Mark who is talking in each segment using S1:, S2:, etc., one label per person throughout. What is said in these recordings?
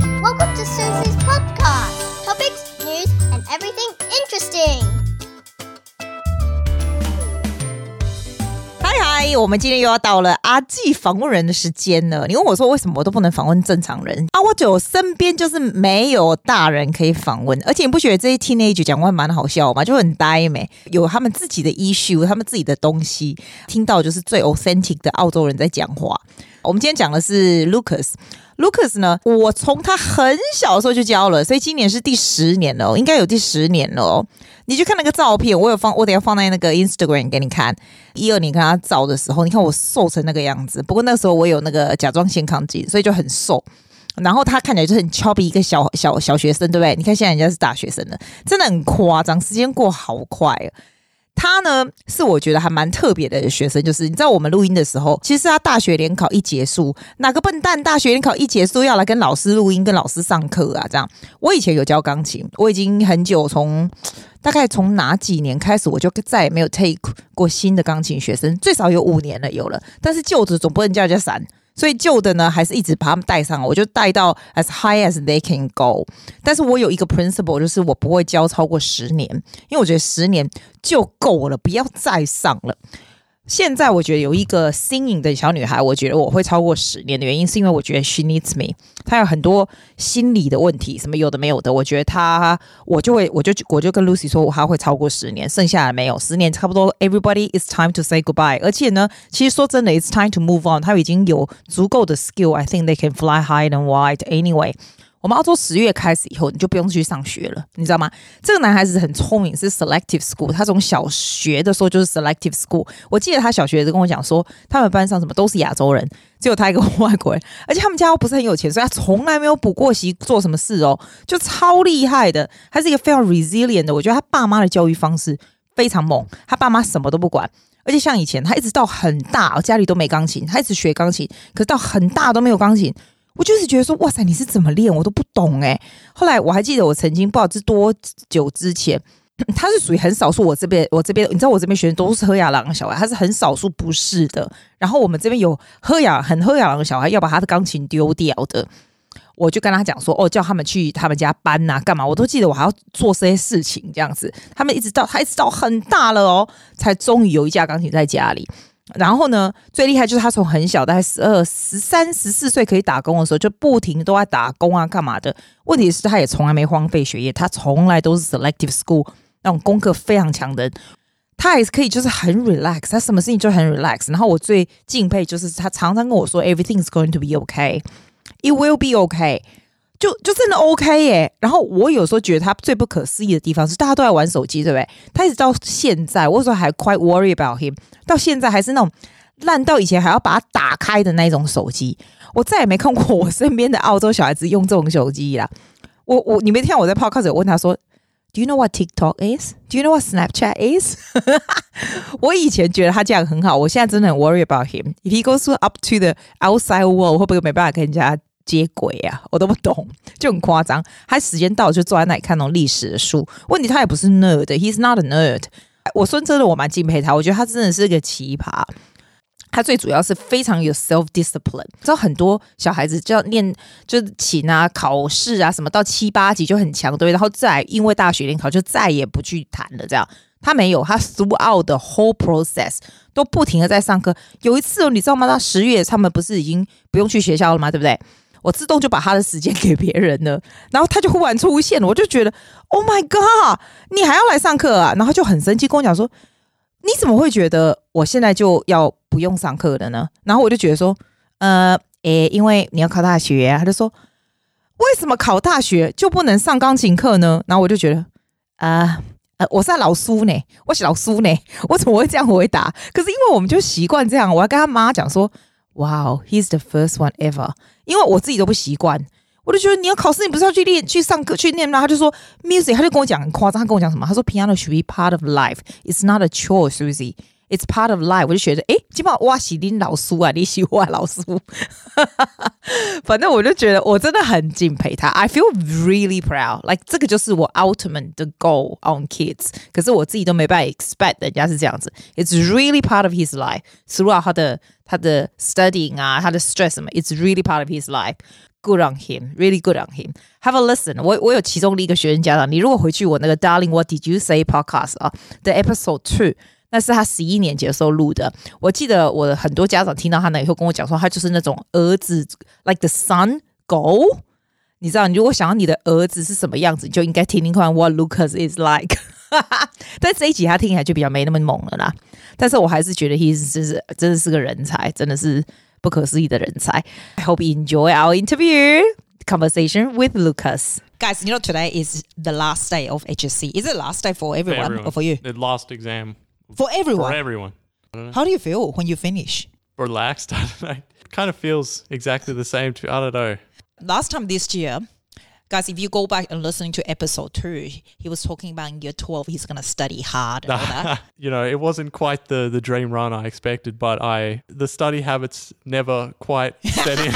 S1: to Susie's podcast. Topics, news, and everything interesting.
S2: 嗨嗨，我们今天又要到了阿纪访问人的时间了。你问我说为什么我都不能访问正常人啊？我就身边就是没有大人可以访问，而且你不觉得这些 teenage 讲话蛮好笑吗？就很呆美，有他们自己的 issue，他们自己的东西，听到就是最 authentic 的澳洲人在讲话。我们今天讲的是 Lucas。Lucas 呢，我从他很小的时候就教了，所以今年是第十年了哦，应该有第十年了哦。你去看那个照片，我有放，我等一下放在那个 Instagram 给你看。一二年跟他照的时候，你看我瘦成那个样子。不过那时候我有那个甲状腺亢进，所以就很瘦。然后他看起来就很俏皮，一个小小小学生，对不对？你看现在人家是大学生了，真的很夸张，时间过好快哦。他呢是我觉得还蛮特别的学生，就是你知道我们录音的时候，其实他大学联考一结束，哪个笨蛋大学联考一结束要来跟老师录音、跟老师上课啊？这样，我以前有教钢琴，我已经很久从大概从哪几年开始，我就再也没有 take 过新的钢琴学生，最少有五年了，有了。但是旧的总不能叫人家散，所以旧的呢，还是一直把他们带上，我就带到 as high as they can go。但是我有一个 principle，就是我不会教超过十年，因为我觉得十年就够了，不要再上了。现在我觉得有一个 singing 的小女孩，我觉得我会超过十年的原因，是因为我觉得 she needs me，她有很多心理的问题，什么有的没有的，我觉得她，我就会，我就我就跟 Lucy 说，我还会超过十年，剩下的没有，十年差不多，everybody is time to say goodbye。而且呢，其实说真的，it's time to move on，她已经有足够的 skill，I think they can fly high and wide anyway。我们澳洲十月开始以后，你就不用去上学了，你知道吗？这个男孩子很聪明，是 selective school。他从小学的时候就是 selective school。我记得他小学就跟我讲说，他们班上什么都是亚洲人，只有他一个外国人，而且他们家又不是很有钱，所以他从来没有补过习做什么事哦，就超厉害的。他是一个非常 resilient 的，我觉得他爸妈的教育方式非常猛，他爸妈什么都不管。而且像以前，他一直到很大，哦家里都没钢琴，他一直学钢琴，可是到很大都没有钢琴。我就是觉得说，哇塞，你是怎么练？我都不懂哎、后来我还记得，我曾经不知道是多久之前，他是属于很少数。我这边，我这边，你知道我这边学生都是喝雅朗的小孩，他是很少数不是的。然后我们这边有喝雅很喝雅朗的小孩，要把他的钢琴丢掉的。我就跟他讲说，哦，叫他们去他们家搬呐、干嘛？我都记得我还要做这些事情，这样子。他们一直到他一直到很大了哦，才终于有一架钢琴在家里。然后呢，最厉害就是他从很小，大概十二、十三、十四岁可以打工的时候，就不停地都在打工啊，干嘛的。问题是，他也从来没荒废学业，他从来都是 selective school 那种功课非常强的人。他也是可以，就是很 relax，他什么事情就很 relax。然后我最敬佩就是他常常跟我说，everything's going to be okay，it will be okay，就就真的 OK 耶。然后我有时候觉得他最不可思议的地方是，大家都在玩手机，对不对？他一直到现在，我有时候还 quite worry about him，到现在还是那种烂到以前还要把它打开的那一种手机。我再也没看过我身边的澳洲小孩子用这种手机啦。我我你没听到我在 podcast 有问他说，Do you know what TikTok is? Do you know what Snapchat is? 我以前觉得他这样很好，我现在真的很 worry about him. If he goes to up to the outside world，会不会没办法跟人家接轨啊？我都不懂，就很夸张。他时间到就坐在那里看那种历史的书。问题他也不是 nerd，he's not a nerd。我说真的，我蛮敬佩他，我觉得他真的是个奇葩。他最主要是非常有 self discipline，知道很多小孩子就要念就是琴啊、考试啊什么，到七八级就很强，对不对？然后再因为大学联考就再也不去弹了，这样。他没有，他 throughout the whole process 都不停的在上课。有一次哦，你知道吗？到十月他们不是已经不用去学校了吗？对不对？我自动就把他的时间 给别人了，然后他就忽然出现了，我就觉得 Oh my God，你还要来上课啊？然后他就很生气跟我讲说，你怎么会觉得我现在就要不用上课了呢？然后我就觉得说，呃，诶，因为你要考大学、啊，他就说，为什么考大学就不能上钢琴课呢？然后我就觉得，啊、呃，我是老苏呢，我是老苏呢，我怎么会这样回答？可是因为我们就习惯这样，我要跟他妈讲说，Wow, he's the first one ever，因为我自己都不习惯。我就觉得你要考试，你不是要去练、去上课、去念吗？他就说 music，他就跟我讲很夸张，他跟我讲什么？他说 piano should be part of life, it's not a chore, Susie, it's part of life。我就觉得，诶，今晚哇，喜林老苏啊，你喜欢老苏， 反正我就觉得我真的很敬佩他，I feel really proud。Like 这个就是我 ultimate 的 goal on kids，可是我自己都没办法 expect 人家是这样子。It's really part of his life throughout 他的他的 studying 啊，他的 stress 什么，It's really part of his life。
S3: good on him, really good on him. Have a listen. 我我有其中的一个学生家长，你如果回去我那个 Darling What Did You Say podcast 啊的 episode two，那是他十一年级的时候录的。我记得我很多家长听到他呢，以后跟我讲说，他就是那种儿子 like the son go。你知道，你如果想要你的儿子是什么样子，你就应该听听看 What Lucas is like。但这一集他听起来就比较没那么猛了啦。但是我还是觉得 he is 真是真的是个人才，真的是不可思议的人才。I hope you enjoy our interview conversation with Lucas. Guys, you know today is the last day of HSC. Is it last day for everyone, or for you?
S4: The last exam
S3: For
S4: for
S3: everyone.
S4: everyone.
S3: How do you feel when you finish?
S4: Relaxed. I don't know. Kind of feels exactly the same. To I don't know.
S2: last time this year, guys, if you go back and listen to episode two, he was talking about in year 12, he's going to study hard and all that.
S4: You know, it wasn't quite the the dream run I expected, but I the study habits never quite set in.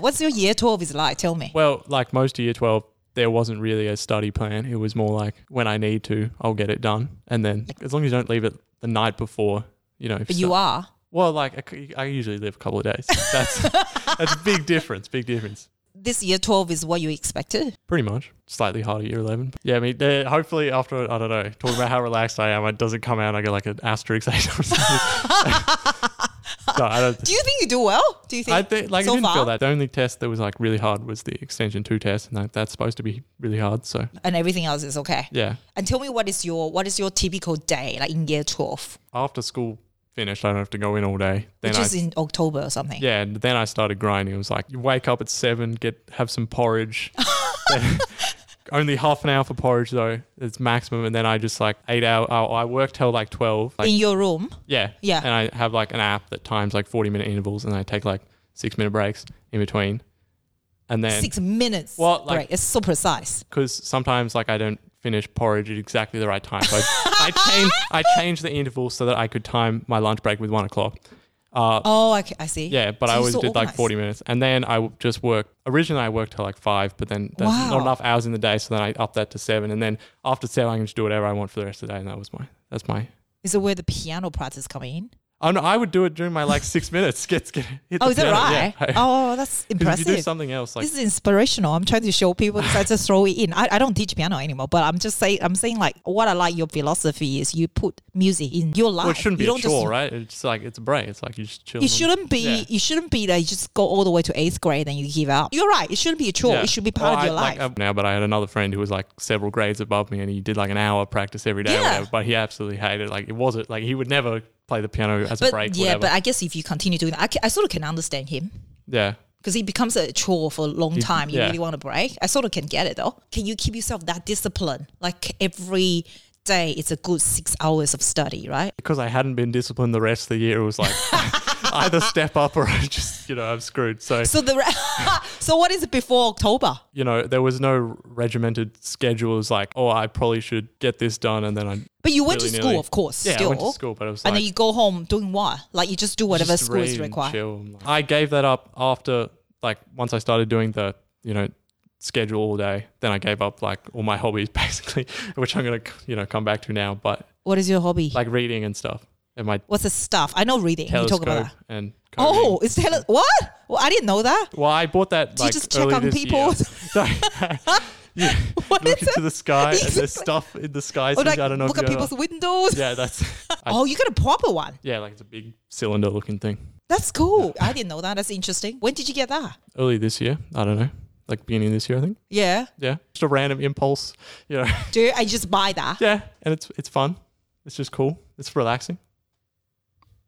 S2: What's your year 12 is like? Tell me.
S4: well, like most of year twelve. There wasn't really a study plan. It was more like when I need to, I'll get it done. And then as long as you don't leave it the night before, you know. if
S2: But
S4: so-
S2: you are.
S4: Well, like I c- I, usually live a couple of days. That's that's a big difference. Big difference.
S2: This year 12 is what you expected.
S4: Pretty much, slightly harder year eleven. Yeah, I mean, uh, hopefully after I don't know, talking about how relaxed I am, it doesn't come out. I get like an asterisk or something. no, I don't.
S2: Do you think you do well? Do you think?
S4: I think like
S2: so
S4: I didn't
S2: far?
S4: feel that. The only test that was like really hard was the extension two test, and that, that's supposed to be really hard. So
S2: And everything else is okay.
S4: yeah,
S2: And tell me what is your what is your typical day like in year 12,
S4: after school finished, I don't have to go in all day. Then
S2: which
S4: I
S2: is in October or something.
S4: yeah, and then I started grinding. It was like you wake up at seven, get have some porridge. Only half an hour for porridge though. It's maximum, and then I just like eight hour. I, I work till like twelve. Like,
S2: in your room,
S4: Yeah.
S2: Yeah.
S4: And I have like an app that times like 40 minute intervals and I take like six minute breaks in between. And then,
S2: six minutes.
S4: Well, like-
S2: break. It's so precise.
S4: because sometimes like I don't finish porridge at exactly the right time. So I, I, change, I change the interval so that I could time my lunch break with one o'clock. Uh,
S2: Oh, okay, I see.
S4: yeah, but
S2: So
S4: I
S2: you're
S4: always
S2: so
S4: did like
S2: organized.
S4: 40 minutes. And then I w- just work. Originally, I worked till like five, but then there's
S2: Wow.
S4: not enough hours in the day. So then I up that to seven. And then after seven, I can just do whatever I want for the rest of the day. And that was my, that's my.
S2: Is it where the piano practice come in?
S4: Oh no, I would do it during my like six minutes. Get, get, hit the
S2: Oh, is that
S4: piano.
S2: right?
S4: Yeah.
S2: Oh, that's
S4: 'Cause If you do
S2: impressive.
S4: something else, like
S2: this is inspirational. I'm trying to show people this. I just throw it in. I, I don't teach piano anymore, but I'm just saying I'm saying like what I like your philosophy is you put music in your life.
S4: well, it shouldn't be
S2: you
S4: a
S2: just-
S4: chore, right? It's like it's a break. It's like you just chill.
S2: It shouldn't be.
S4: Yeah.
S2: It shouldn't be that you just go all the way to eighth grade and you give up. You're right. It shouldn't be a chore. It should be part of your life.
S4: now, but I had another friend who was like several grades above me, and he did like an hour practice every day. Or
S2: Yeah.
S4: whatever, but he absolutely hated. Like it wasn't like he would never play the piano as a
S2: but
S4: break.
S2: yeah,
S4: whatever.
S2: but I guess if you continue doing that, I, ca- I sort of can understand him
S4: yeah.
S2: because it becomes a chore for a long time. You
S4: yeah.
S2: really want a break. I sort of can get it though. Can you keep yourself that discipline? Like every day, it's a good six hours of study, right?
S4: because I hadn't been disciplined the rest of the year, it was like either step up or I just, you know, I'm screwed. So,
S2: So the re- so what is it before October?
S4: you know, there was no regimented schedule. It was like, oh, I probably should get this done. And then I,
S2: But you went to
S4: Willy-nilly.
S2: school, of course.
S4: yeah, I
S2: still.
S4: went to school, but it was
S2: And
S4: like,
S2: then you go home doing what? Like you just do whatever
S4: just
S2: school is
S4: read and
S2: required.
S4: chill. I'm like- I gave that up after, like, once I started doing the, you know, schedule all day, then I gave up, like, all my hobbies basically, which I'm going to, you know, come back to now, but
S2: What is your hobby?
S4: like reading and stuff and my
S2: What's the stuff? I know reading. You
S4: telescope
S2: talk about that.
S4: and. coding.
S2: Oh, it's tele- what? Well, I didn't know that.
S4: Well, I bought that.
S2: Do you
S4: like,
S2: just check
S4: early
S2: on
S4: this
S2: people?
S4: year. No. you
S2: What
S4: look
S2: is
S4: into
S2: it?
S4: the sky and
S2: Exactly.
S4: there's stuff in the sky.
S2: Or
S4: since
S2: like
S4: I don't know. if
S2: look
S4: you
S2: at
S4: ever-
S2: people's windows.
S4: Yeah, that's. I-
S2: Oh, you got a proper one.
S4: yeah, like it's a big cylinder looking thing.
S2: That's cool. I didn't know that. That's interesting. When did you get that?
S4: Early this year, I don't know, like beginning of this year, I think.
S2: Yeah.
S4: Yeah, just a random impulse, you know.
S2: Do you, I just buy that?
S4: yeah, and it's it's fun. It's just cool. It's relaxing.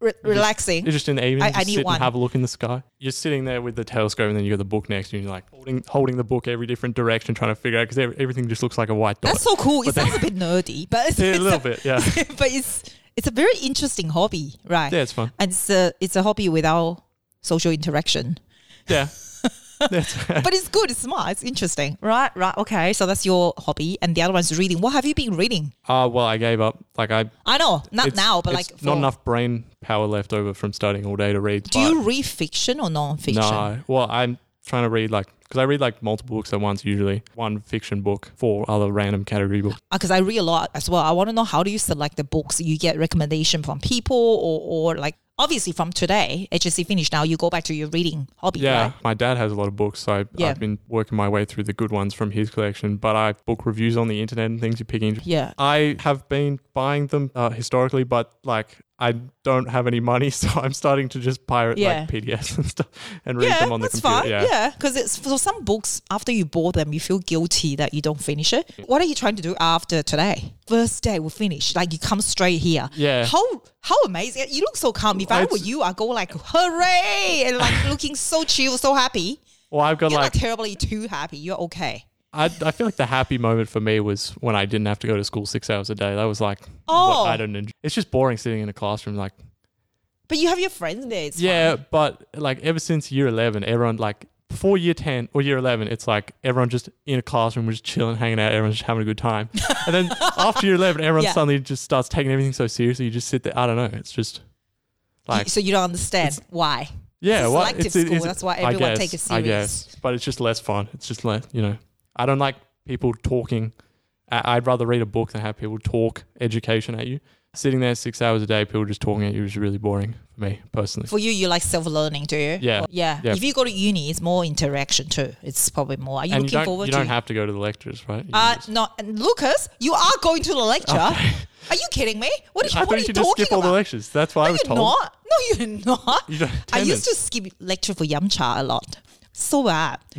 S2: Re- relaxing.
S4: You're just in the evening,
S2: I- I
S4: just
S2: need
S4: sit
S2: one.
S4: and have a look in the sky. You're sitting there with the telescope, and then you got the book next, to you and you're like holding holding the book every different direction, trying to figure out because everything just looks like a white dot.
S2: That's so cool. It
S4: But then-
S2: sounds a bit nerdy, but it's,
S4: yeah, a
S2: it's
S4: little bit, yeah,
S2: but it's it's a very interesting hobby, right?
S4: yeah, it's fun.
S2: and it's a it's a hobby without social interaction.
S4: Yeah. That's right.
S2: But it's good, it's smart, it's interesting. Right, right, okay. So that's your hobby. And the other one's reading. What have you been reading?
S4: uh, well, I gave up. Like I
S2: I know, not
S4: it's-
S2: now, but
S4: it's
S2: like
S4: not
S2: for-
S4: enough brain power left over from studying all day to read.
S2: Do you read fiction or non
S4: but
S2: fiction?
S4: No. Well, I'm trying to read like because I read like multiple books at once usually. One fiction book, four other random category books.
S2: Because I read a lot as well. I want to know how do you select the books? You get recommendation from people or, or like obviously from today, HSC finished now, you go back to your reading hobby,
S4: Yeah,
S2: right?
S4: my dad has a lot of books, so I,
S2: Yeah.
S4: I've been working my way through the good ones from his collection. But I book reviews on the internet and things you pick into.
S2: Yeah.
S4: I have been buying them uh, historically, but like I don't have any money, so I'm starting to just pirate
S2: Yeah.
S4: like PDFs and stuff and read
S2: Yeah,
S4: them on the
S2: that's
S4: computer.
S2: fine.
S4: Yeah.
S2: Yeah, because it's for some books after you bought them, you feel guilty that you don't finish it. What are you trying to do after today? First day we finish, like you come straight here.
S4: Yeah.
S2: how how amazing! You look so calm. If I were
S4: It's-
S2: you, I go like hooray and like looking so chill, so happy.
S4: Well, I've got
S2: You're
S4: like
S2: not terribly too happy. You're okay.
S4: I, I feel like the happy moment for me was when I didn't have to go to school six hours a day. That was like
S2: Oh.
S4: what I don't. Enjoy. It's just boring sitting in a classroom. Like
S2: But you have your friends there. It's
S4: yeah, but like ever since year eleven, everyone like before year ten or year eleven, it's like everyone just in a classroom, we're just chilling, hanging out, everyone's just having a good time. and then after year eleven, everyone
S2: Yeah.
S4: suddenly just starts taking everything so seriously. You just sit there. I don't know. It's just like
S2: so you don't understand why.
S4: yeah,
S2: It's a
S4: what
S2: selective school, that's why
S4: I
S2: everyone
S4: guess,
S2: take it
S4: I
S2: serious.
S4: guess, but it's just less fun. It's just less, you know. I don't like people talking. I, I'd rather read a book than have people talk education at you. Sitting there six hours a day, people just talking at you is really boring for me personally.
S2: For you, you like self learning, do you?
S4: Yeah.
S2: Or- yeah.
S4: Yeah.
S2: If you go to uni, it's more interaction too. It's probably more. Are you
S4: and you
S2: looking
S4: don't,
S2: forward
S4: you
S2: to
S4: don't have to go to the lectures, right? You
S2: Uh,
S4: just-
S2: no, and Lucas, you are going to the lecture. Are you kidding me? What, is,
S4: I
S2: what
S4: thought
S2: are
S4: you
S2: you
S4: could
S2: talking
S4: just skip
S2: about?
S4: all the lectures. That's what I
S2: No,
S4: was
S2: you're
S4: told.
S2: not. No, you're not.
S4: You don't-
S2: I used
S4: attendance.
S2: to skip lecture for Yamcha a lot. So bad.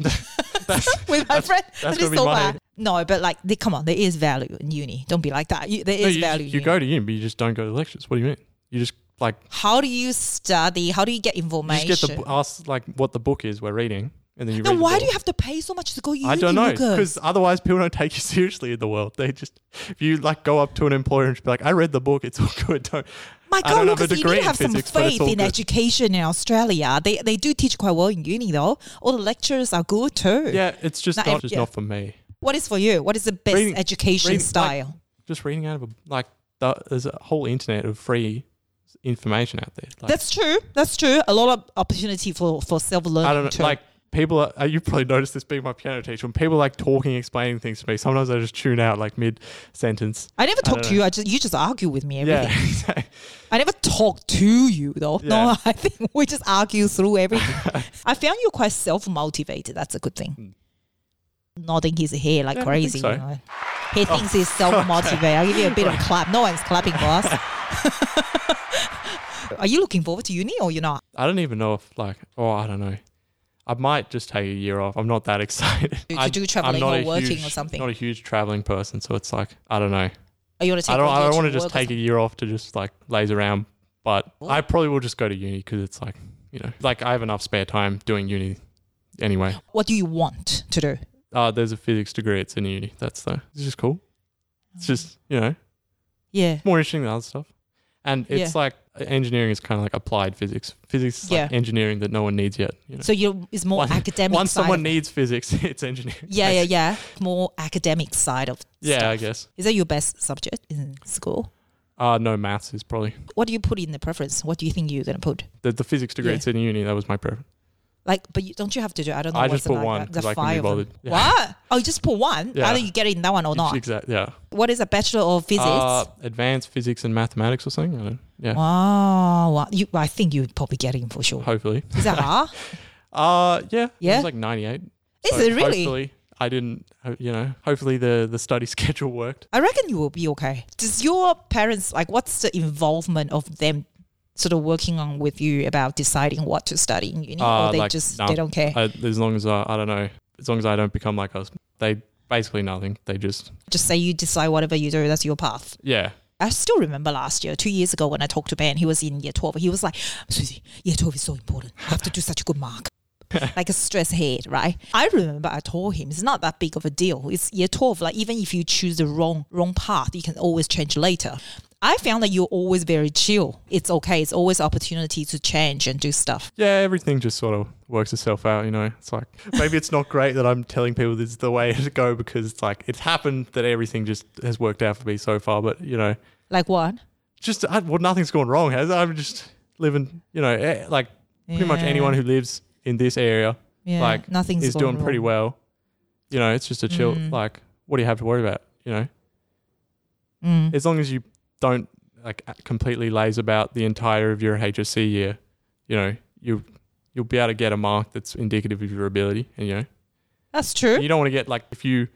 S2: With my friend,
S4: that's
S2: that is
S4: gonna be
S2: so
S4: my-
S2: bad. No, but like, they, come on, there is value in uni. Don't be like that. You, there is
S4: No, you,
S2: value. in
S4: you
S2: uni.
S4: go to uni, but you just don't go to the lectures. What do you mean? You just like
S2: How do you study? How do you get
S4: you
S2: information?
S4: just get the bu- ask like what the book is we're reading, and then you.
S2: then
S4: read the
S2: why
S4: book.
S2: do you have to pay so much to go uni?
S4: I don't know
S2: Lucas?
S4: because otherwise people don't take you seriously in the world. They just if you like go up to an employer and just be like, "I read the book, it's all good." Don't,
S2: My
S4: I
S2: God,
S4: don't have a
S2: Lucas, you
S4: degree
S2: need to
S4: in
S2: have some
S4: physics, but it's
S2: faith
S4: all
S2: in
S4: good.
S2: education in Australia. They they do teach quite well in uni though. All the lectures are good too.
S4: Yeah, it's just
S2: Not
S4: not,
S2: ev-
S4: just
S2: yeah.
S4: not for me.
S2: What is for you? What is the best
S4: Reading-
S2: education
S4: reading, like-
S2: style?
S4: Just reading out of a like the, there's a whole internet of free information out there. Like,
S2: That's true. That's true. A lot of opportunity for for self learning.
S4: I don't know,
S2: too.
S4: like. People, are, uh, you probably noticed this being my piano teacher. When people like talking, explaining things to me, sometimes I just tune out like mid sentence.
S2: I never
S4: I
S2: talk
S4: don't
S2: to you. I just you just argue with me. Everything.
S4: Yeah, exactly.
S2: I never talk to you though.
S4: Yeah.
S2: No, I think we just argue through everything. I found you quite self motivated. That's a good thing. Nodding his head like
S4: Hmm. Yeah, I think
S2: crazy.
S4: so. Oh,
S2: you know. He thinks he's self motivated. I'll give you a bit of a clap. No one's clapping for us. Are you looking forward to uni or you're not?
S4: I don't even know if like oh I don't know. I might just take a year off. I'm not that excited.
S2: To- to
S4: I-
S2: do traveling
S4: not
S2: or
S4: a
S2: working
S4: huge-
S2: or something.
S4: Not a huge traveling person, so it's like I don't know.
S2: Are you want to take
S4: I don't. I
S2: holiday
S4: don't want to
S2: work
S4: just
S2: or
S4: take a year off to just like laze around. But I probably will just go to uni because it's like you know, like I have enough spare time doing uni anyway.
S2: something? What do you want to do?
S4: Uh, there's a physics degree. It's in uni. That's the. It's just cool. It's just
S2: Oh.
S4: you know
S2: Yeah.
S4: more interesting than other stuff. And it's
S2: Yeah.
S4: like engineering is kind of like applied physics. Physics is like
S2: Yeah,
S4: engineering that no one needs yet. You know?
S2: So you it's more
S4: Once-
S2: academic
S4: Once
S2: side.
S4: someone
S2: of-
S4: needs physics, it's engineering.
S2: yeah, yeah, yeah. More academic side of
S4: Yeah,
S2: stuff.
S4: I guess.
S2: Is that your best subject in school?
S4: Uh, no, maths is probably
S2: What do you put in the preference? What do you think you're going to put?
S4: the, the physics degree.
S2: Yeah.
S4: It's in uni. That was my preference.
S2: Like, but you, don't you have to do? I don't know.
S4: I
S2: what's
S4: just put
S2: like,
S4: one,
S2: uh,
S4: 'cause I
S2: The
S4: can
S2: five
S4: be
S2: of them.
S4: bothered. Yeah.
S2: What? Oh, you just put one.
S4: Yeah.
S2: Either you get in that one or not.
S4: Exactly. Yeah.
S2: What is a bachelor of physics?
S4: Uh, advanced physics and mathematics or something. I don't, yeah.
S2: wow, wow. You, I think you would probably get in for sure.
S4: Hopefully.
S2: Is that hard?
S4: Uh, yeah. It
S2: Oh. Yeah?
S4: was like ninety eight.
S2: Is it really?
S4: Hopefully, I didn't. ho- You know, hopefully the the study schedule worked.
S2: I reckon you will be okay. Does your parents like? What's the involvement of them? Sort of working on with you about deciding what to study in uni,
S4: Uh,
S2: or they
S4: like,
S2: just
S4: nah, Uh,
S2: they don't care,
S4: I, as long as I, I don't know. As long as I don't become like us, they basically nothing. They just
S2: just say you decide whatever you do, that's your path.
S4: yeah.
S2: I still remember last year, two years ago, when I talked to Ben, he was in year 12. He was like, Susie, year 12 is so important. I have to do such a good mark. like a stress head, right? I remember I told him it's not that big of a deal. It's year 12. Like, even if you choose the wrong wrong path, you can always change later. I found that you're always very chill. It's okay. It's always opportunity to change and do stuff.
S4: yeah, everything just sort of works itself out, you know. It's like maybe it's not great that I'm telling people this is the way to go because it's like it's happened that everything just has worked out for me so far, but you know,
S2: Like what?
S4: just I, well, nothing's gone wrong. Has I'm just living, you know, eh, like pretty much
S2: Yeah.
S4: anyone who lives in this area,
S2: Yeah,
S4: like
S2: nothing's
S4: is
S2: gone
S4: doing pretty
S2: wrong. Mm.
S4: well. You know, it's just a
S2: Mm.
S4: chill. Like, what do you have to worry about? You know, as long as you don't like a- completely lays about the entire of your HSC year, you know, you you'll be able to get a mark that's indicative of your ability. And you know,
S2: That's true.
S4: you don't want to get like if you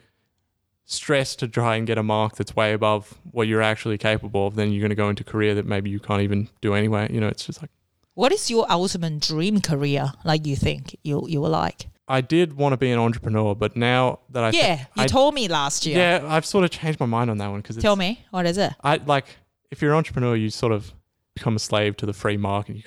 S4: stress to try and get a mark that's way above what you're actually capable of, then you're going to go into career that maybe you can't even do anyway. You know, it's just like
S2: What is your ultimate dream career? Like you think you you were like?
S4: I did want to be an entrepreneur, but now that I thi-
S2: yeah, you
S4: I-
S2: told me last year.
S4: yeah, I've sort of changed my mind on that one because
S2: Tell me what is it?
S4: I like if you're an entrepreneur, you sort of become a slave to the free market. You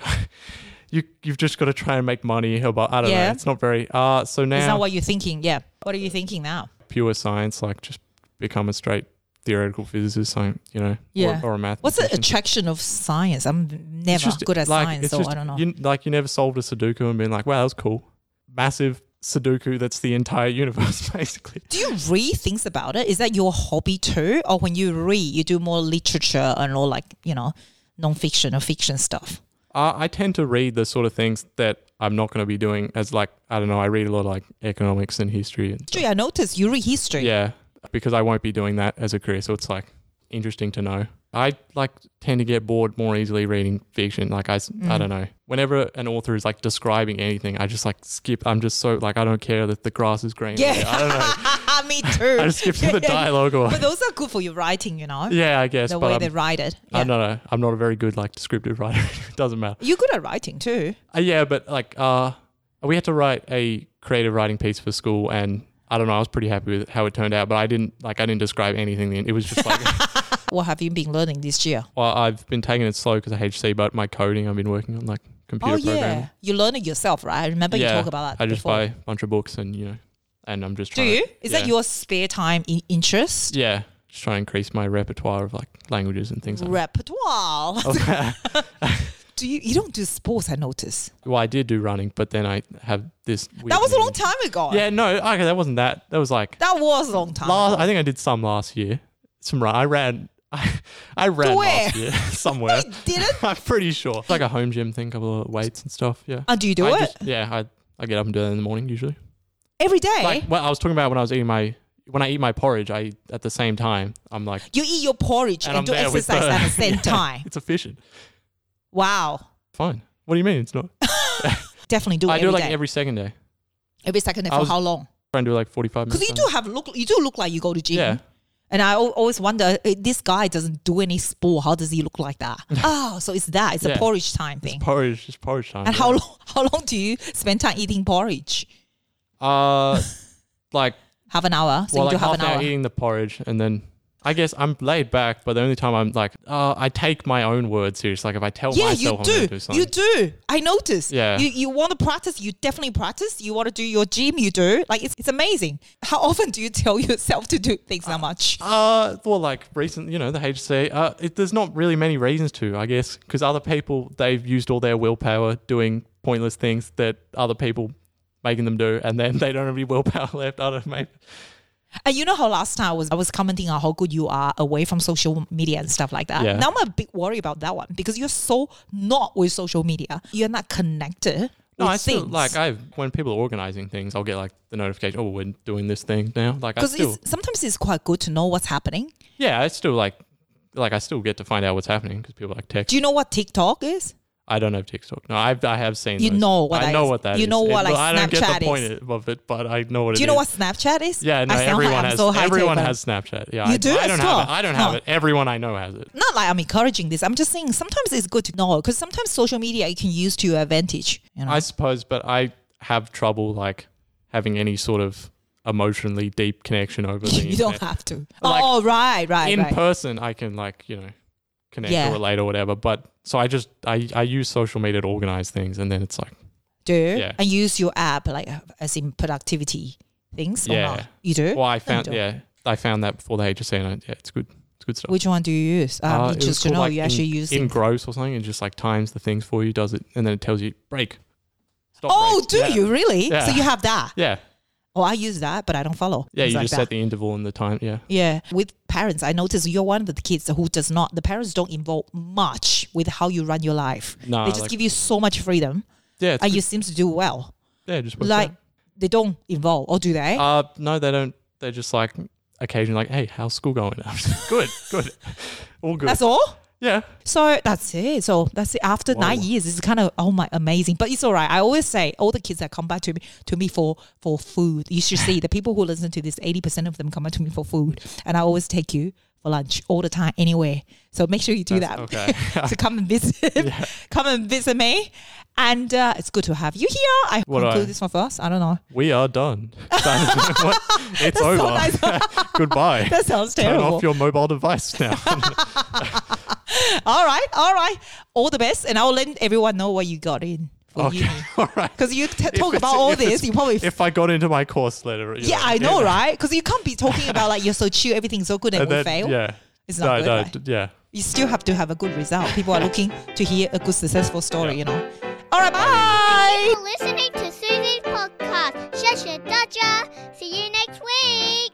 S4: you you've just got to try and make money. How about I don't
S2: Yeah.
S4: know. It's not very uh so
S2: Is that
S4: now
S2: what you're thinking? Yeah. What are you thinking now?
S4: pure science like just become a straight theoretical physicist, so, you know,
S2: Yeah.
S4: or, or a math.
S2: What's the attraction of science? I'm never good at science, so I don't know.
S4: You, like you never solved a Sudoku and been like, wow, that was cool. Massive Sudoku. That's the entire universe, basically.
S2: do you read things about it? Is that your hobby too, or when you read, you do more literature and all like you know, non-fiction or fiction stuff?
S4: Uh, I tend to read the sort of things that I'm not going to be doing as like I don't know. I read a lot of like economics and history and
S2: History, I noticed you read history.
S4: Yeah, because I won't be doing that as a career. So it's like interesting to know. I like tend to get bored more easily reading fiction. Like I, s-
S2: Mm.
S4: I don't know. Whenever an author is like describing anything, I just like skip. I'm just so like I don't care that the grass is green.
S2: Yeah.
S4: I don't know.
S2: me too.
S4: I just skip to the dialogue or
S2: But those are good for your writing, you know,
S4: yeah, I guess.
S2: the
S4: but
S2: way
S4: I'm,
S2: they write it. Yeah.
S4: I'm not a I'm not a very good like descriptive writer. it doesn't matter.
S2: You're good at writing too.
S4: Uh, yeah, but like uh, we had to write a creative writing piece for school and. I don't know. I was pretty happy with how it turned out, but I didn't like. I didn't describe anything. It was just like
S2: What have you been learning this year?
S4: Well, I've been taking it slow because of HC, but my coding, I've been working on like computer
S2: oh yeah,
S4: programming.
S2: you learn it yourself, right? I remember you
S4: Yeah,
S2: talk about that.
S4: I just
S2: before.
S4: buy a bunch of books and you know, and I'm just
S2: Do
S4: trying to-
S2: you? Is that
S4: yeah.
S2: your spare time in- interest?
S4: yeah? Just try to increase my repertoire of like languages and things like
S2: Repertoire.
S4: that.
S2: Do you? You don't do sports. I notice.
S4: well, I did do running, but then I have this. Weird
S2: That was a long
S4: meeting.
S2: time ago.
S4: Yeah, no, okay, that wasn't that. That was like
S2: That was a long time.
S4: last.
S2: ago.
S4: I think I did some last year. Some run. I ran. I, I ran
S2: where?
S4: last year somewhere.
S2: You didn't?
S4: I'm pretty sure. It's like a home gym thing, couple of weights and stuff. Yeah.
S2: Oh, do you do
S4: I
S2: it
S4: just- yeah, I I get up and do that in the morning usually.
S2: every day?
S4: like well, I was talking about when I was eating my when I eat my porridge, I at the same time I'm like
S2: you eat your porridge and,
S4: I'm
S2: do
S4: there with
S2: exercise at the
S4: yeah,
S2: same time.
S4: It's efficient.
S2: Wow.
S4: Fine. What do you mean it's not?
S2: Definitely do it
S4: I
S2: every
S4: do it like
S2: day.
S4: every second day.
S2: Every second day
S4: I
S2: for
S4: was-
S2: how long?
S4: Try and do like 45 minutes.
S2: Because you do have look, you do look like you go to gym.
S4: Yeah.
S2: And I al- always wonder, eh, this guy doesn't do any sport. How does he look like that? oh, so it's that. It's a
S4: Yeah.
S2: porridge time thing.
S4: porridge, just porridge time.
S2: and
S4: yeah.
S2: how long? How long do you spend time eating porridge?
S4: Uh, like
S2: Half an hour. So
S4: well,
S2: you do
S4: like
S2: half
S4: half
S2: an
S4: an hour
S2: hour.
S4: eating the porridge and then. I guess I'm laid back, but the only time I'm like, uh, I take my own words serious. Like if I tell
S2: yeah, you
S4: myself I'm
S2: do.
S4: gonna do something,
S2: you do. I notice.
S4: Yeah.
S2: You you want to practice, you definitely practice. You want to do your gym, you do. Like it's, it's amazing. How often do you tell yourself to do things that much?
S4: Uh, well, like recent, you know, the HC. Uh, it, there's not really many reasons to, I guess, because other people they've used all their willpower doing pointless things that other people making them do, and then they don't have any willpower left. I don't know. Maybe.
S2: And you know how last time I was I was commenting on how good you are away from social media and stuff like that.
S4: Yeah.
S2: Now I'm a bit worried about that one because you're so not with social media. You're not connected.
S4: No,
S2: with
S4: I still
S2: things.
S4: like I when people are organizing things, I'll get like the notification. Oh, we're doing this thing now. Like I
S2: because
S4: still,
S2: it's, sometimes it's quite good to know what's happening.
S4: yeah, I still like, like I still get to find out what's happening because people like text.
S2: Do you know what TikTok is?
S4: I don't have TikTok. No, I've I have seen.
S2: You
S4: those.
S2: know what
S4: I
S2: that
S4: know
S2: is.
S4: what that is.
S2: You know what,
S4: It-
S2: like,
S4: I don't get
S2: Snapchat
S4: the point of it, but I know what it
S2: Do you know
S4: is.
S2: what Snapchat is?
S4: Yeah, no,
S2: I sound like
S4: everyone
S2: I'm
S4: has.
S2: so high-tech,
S4: everyone
S2: but-
S4: has Snapchat. Yeah,
S2: You
S4: I,
S2: do?
S4: I don't have
S2: Stop.
S4: it. I don't have
S2: No.
S4: it. Everyone I know has it.
S2: not like I'm encouraging this. I'm just saying sometimes it's good to know because sometimes social media you can use to your advantage. You know,
S4: I suppose, but I have trouble like having any sort of emotionally deep connection over the
S2: you don't
S4: internet.
S2: have to.
S4: Like,
S2: oh, right, right,
S4: In
S2: right.
S4: person, I can like you know connect
S2: Yeah.
S4: or relate or whatever. But so I just I I use social media to organize things, and then it's like
S2: do
S4: yeah.
S2: and use your app like as in productivity things. or
S4: Yeah.
S2: not? you do.
S4: well
S2: No,
S4: I
S2: you
S4: found
S2: don't.
S4: yeah I found that before the HSC, and I, yeah, it's good. It's good stuff.
S2: Which one do you use? I'm
S4: Uh, it was
S2: interested to
S4: called,
S2: know
S4: like,
S2: Oh, you
S4: in-
S2: actually use.
S4: in
S2: it.
S4: gross or something, and just like times the things for you, does it, and then it tells you break. Stop
S2: Oh,
S4: break.
S2: do
S4: Yeah.
S2: you really?
S4: Yeah.
S2: So you have that?
S4: Yeah.
S2: Oh, I use that, but I don't follow.
S4: Yeah,
S2: Things
S4: you
S2: like
S4: just
S2: that.
S4: set the interval and the time. Yeah.
S2: Yeah, with parents, I notice you're one of the kids who does not. The parents don't involve much with how you run your life.
S4: Nah,
S2: they just
S4: like-
S2: give you so much freedom,
S4: Yeah. It's
S2: and
S4: good.
S2: you seem to do well.
S4: yeah, just works
S2: like they don't involve or do they?
S4: out. Uh, no, they don't. They're just like occasionally like, hey, how's school going? I'm just, good, good, all good.
S2: That's all.
S4: Yeah.
S2: So that's it. So that's it. After nine
S4: Wow.
S2: years, it's kind of oh my amazing. But it's all right. I always say all the kids that come back to me to me for for food. You should see the people who listen to this. Eighty percent of them come back to me for food, and I always take you for lunch all the time anywhere. So make sure you do
S4: That's-
S2: that.
S4: okay.
S2: to come and visit, come and visit me, and uh, it's good to have you here. I
S4: What do
S2: conclude
S4: I-
S2: this one first. I don't know.
S4: We are done. What? it's over.
S2: So nice.
S4: Goodbye.
S2: that sounds
S4: Turn
S2: terrible.
S4: off your mobile device now.
S2: all right, all right. All the best, and I'll let everyone know what you got in for
S4: okay.
S2: you.
S4: All right.
S2: Because you t-
S4: If
S2: talk
S4: it's-
S2: about all
S4: if it's-
S2: this, you probably
S4: If I got into my course letter. you
S2: Yeah, I know,
S4: yeah.
S2: right? Because you can't be talking about like you're so chill, everything's so good, and,
S4: And
S2: we
S4: then,
S2: fail.
S4: yeah.
S2: It's not
S4: no,
S2: good,
S4: no,
S2: right?
S4: d- yeah.
S2: You still have to have a good result. People are looking to hear a good, successful story. You know. All right, bye.
S1: Thanks for listening to Susie's podcast. Shasha Dodger. See you next week.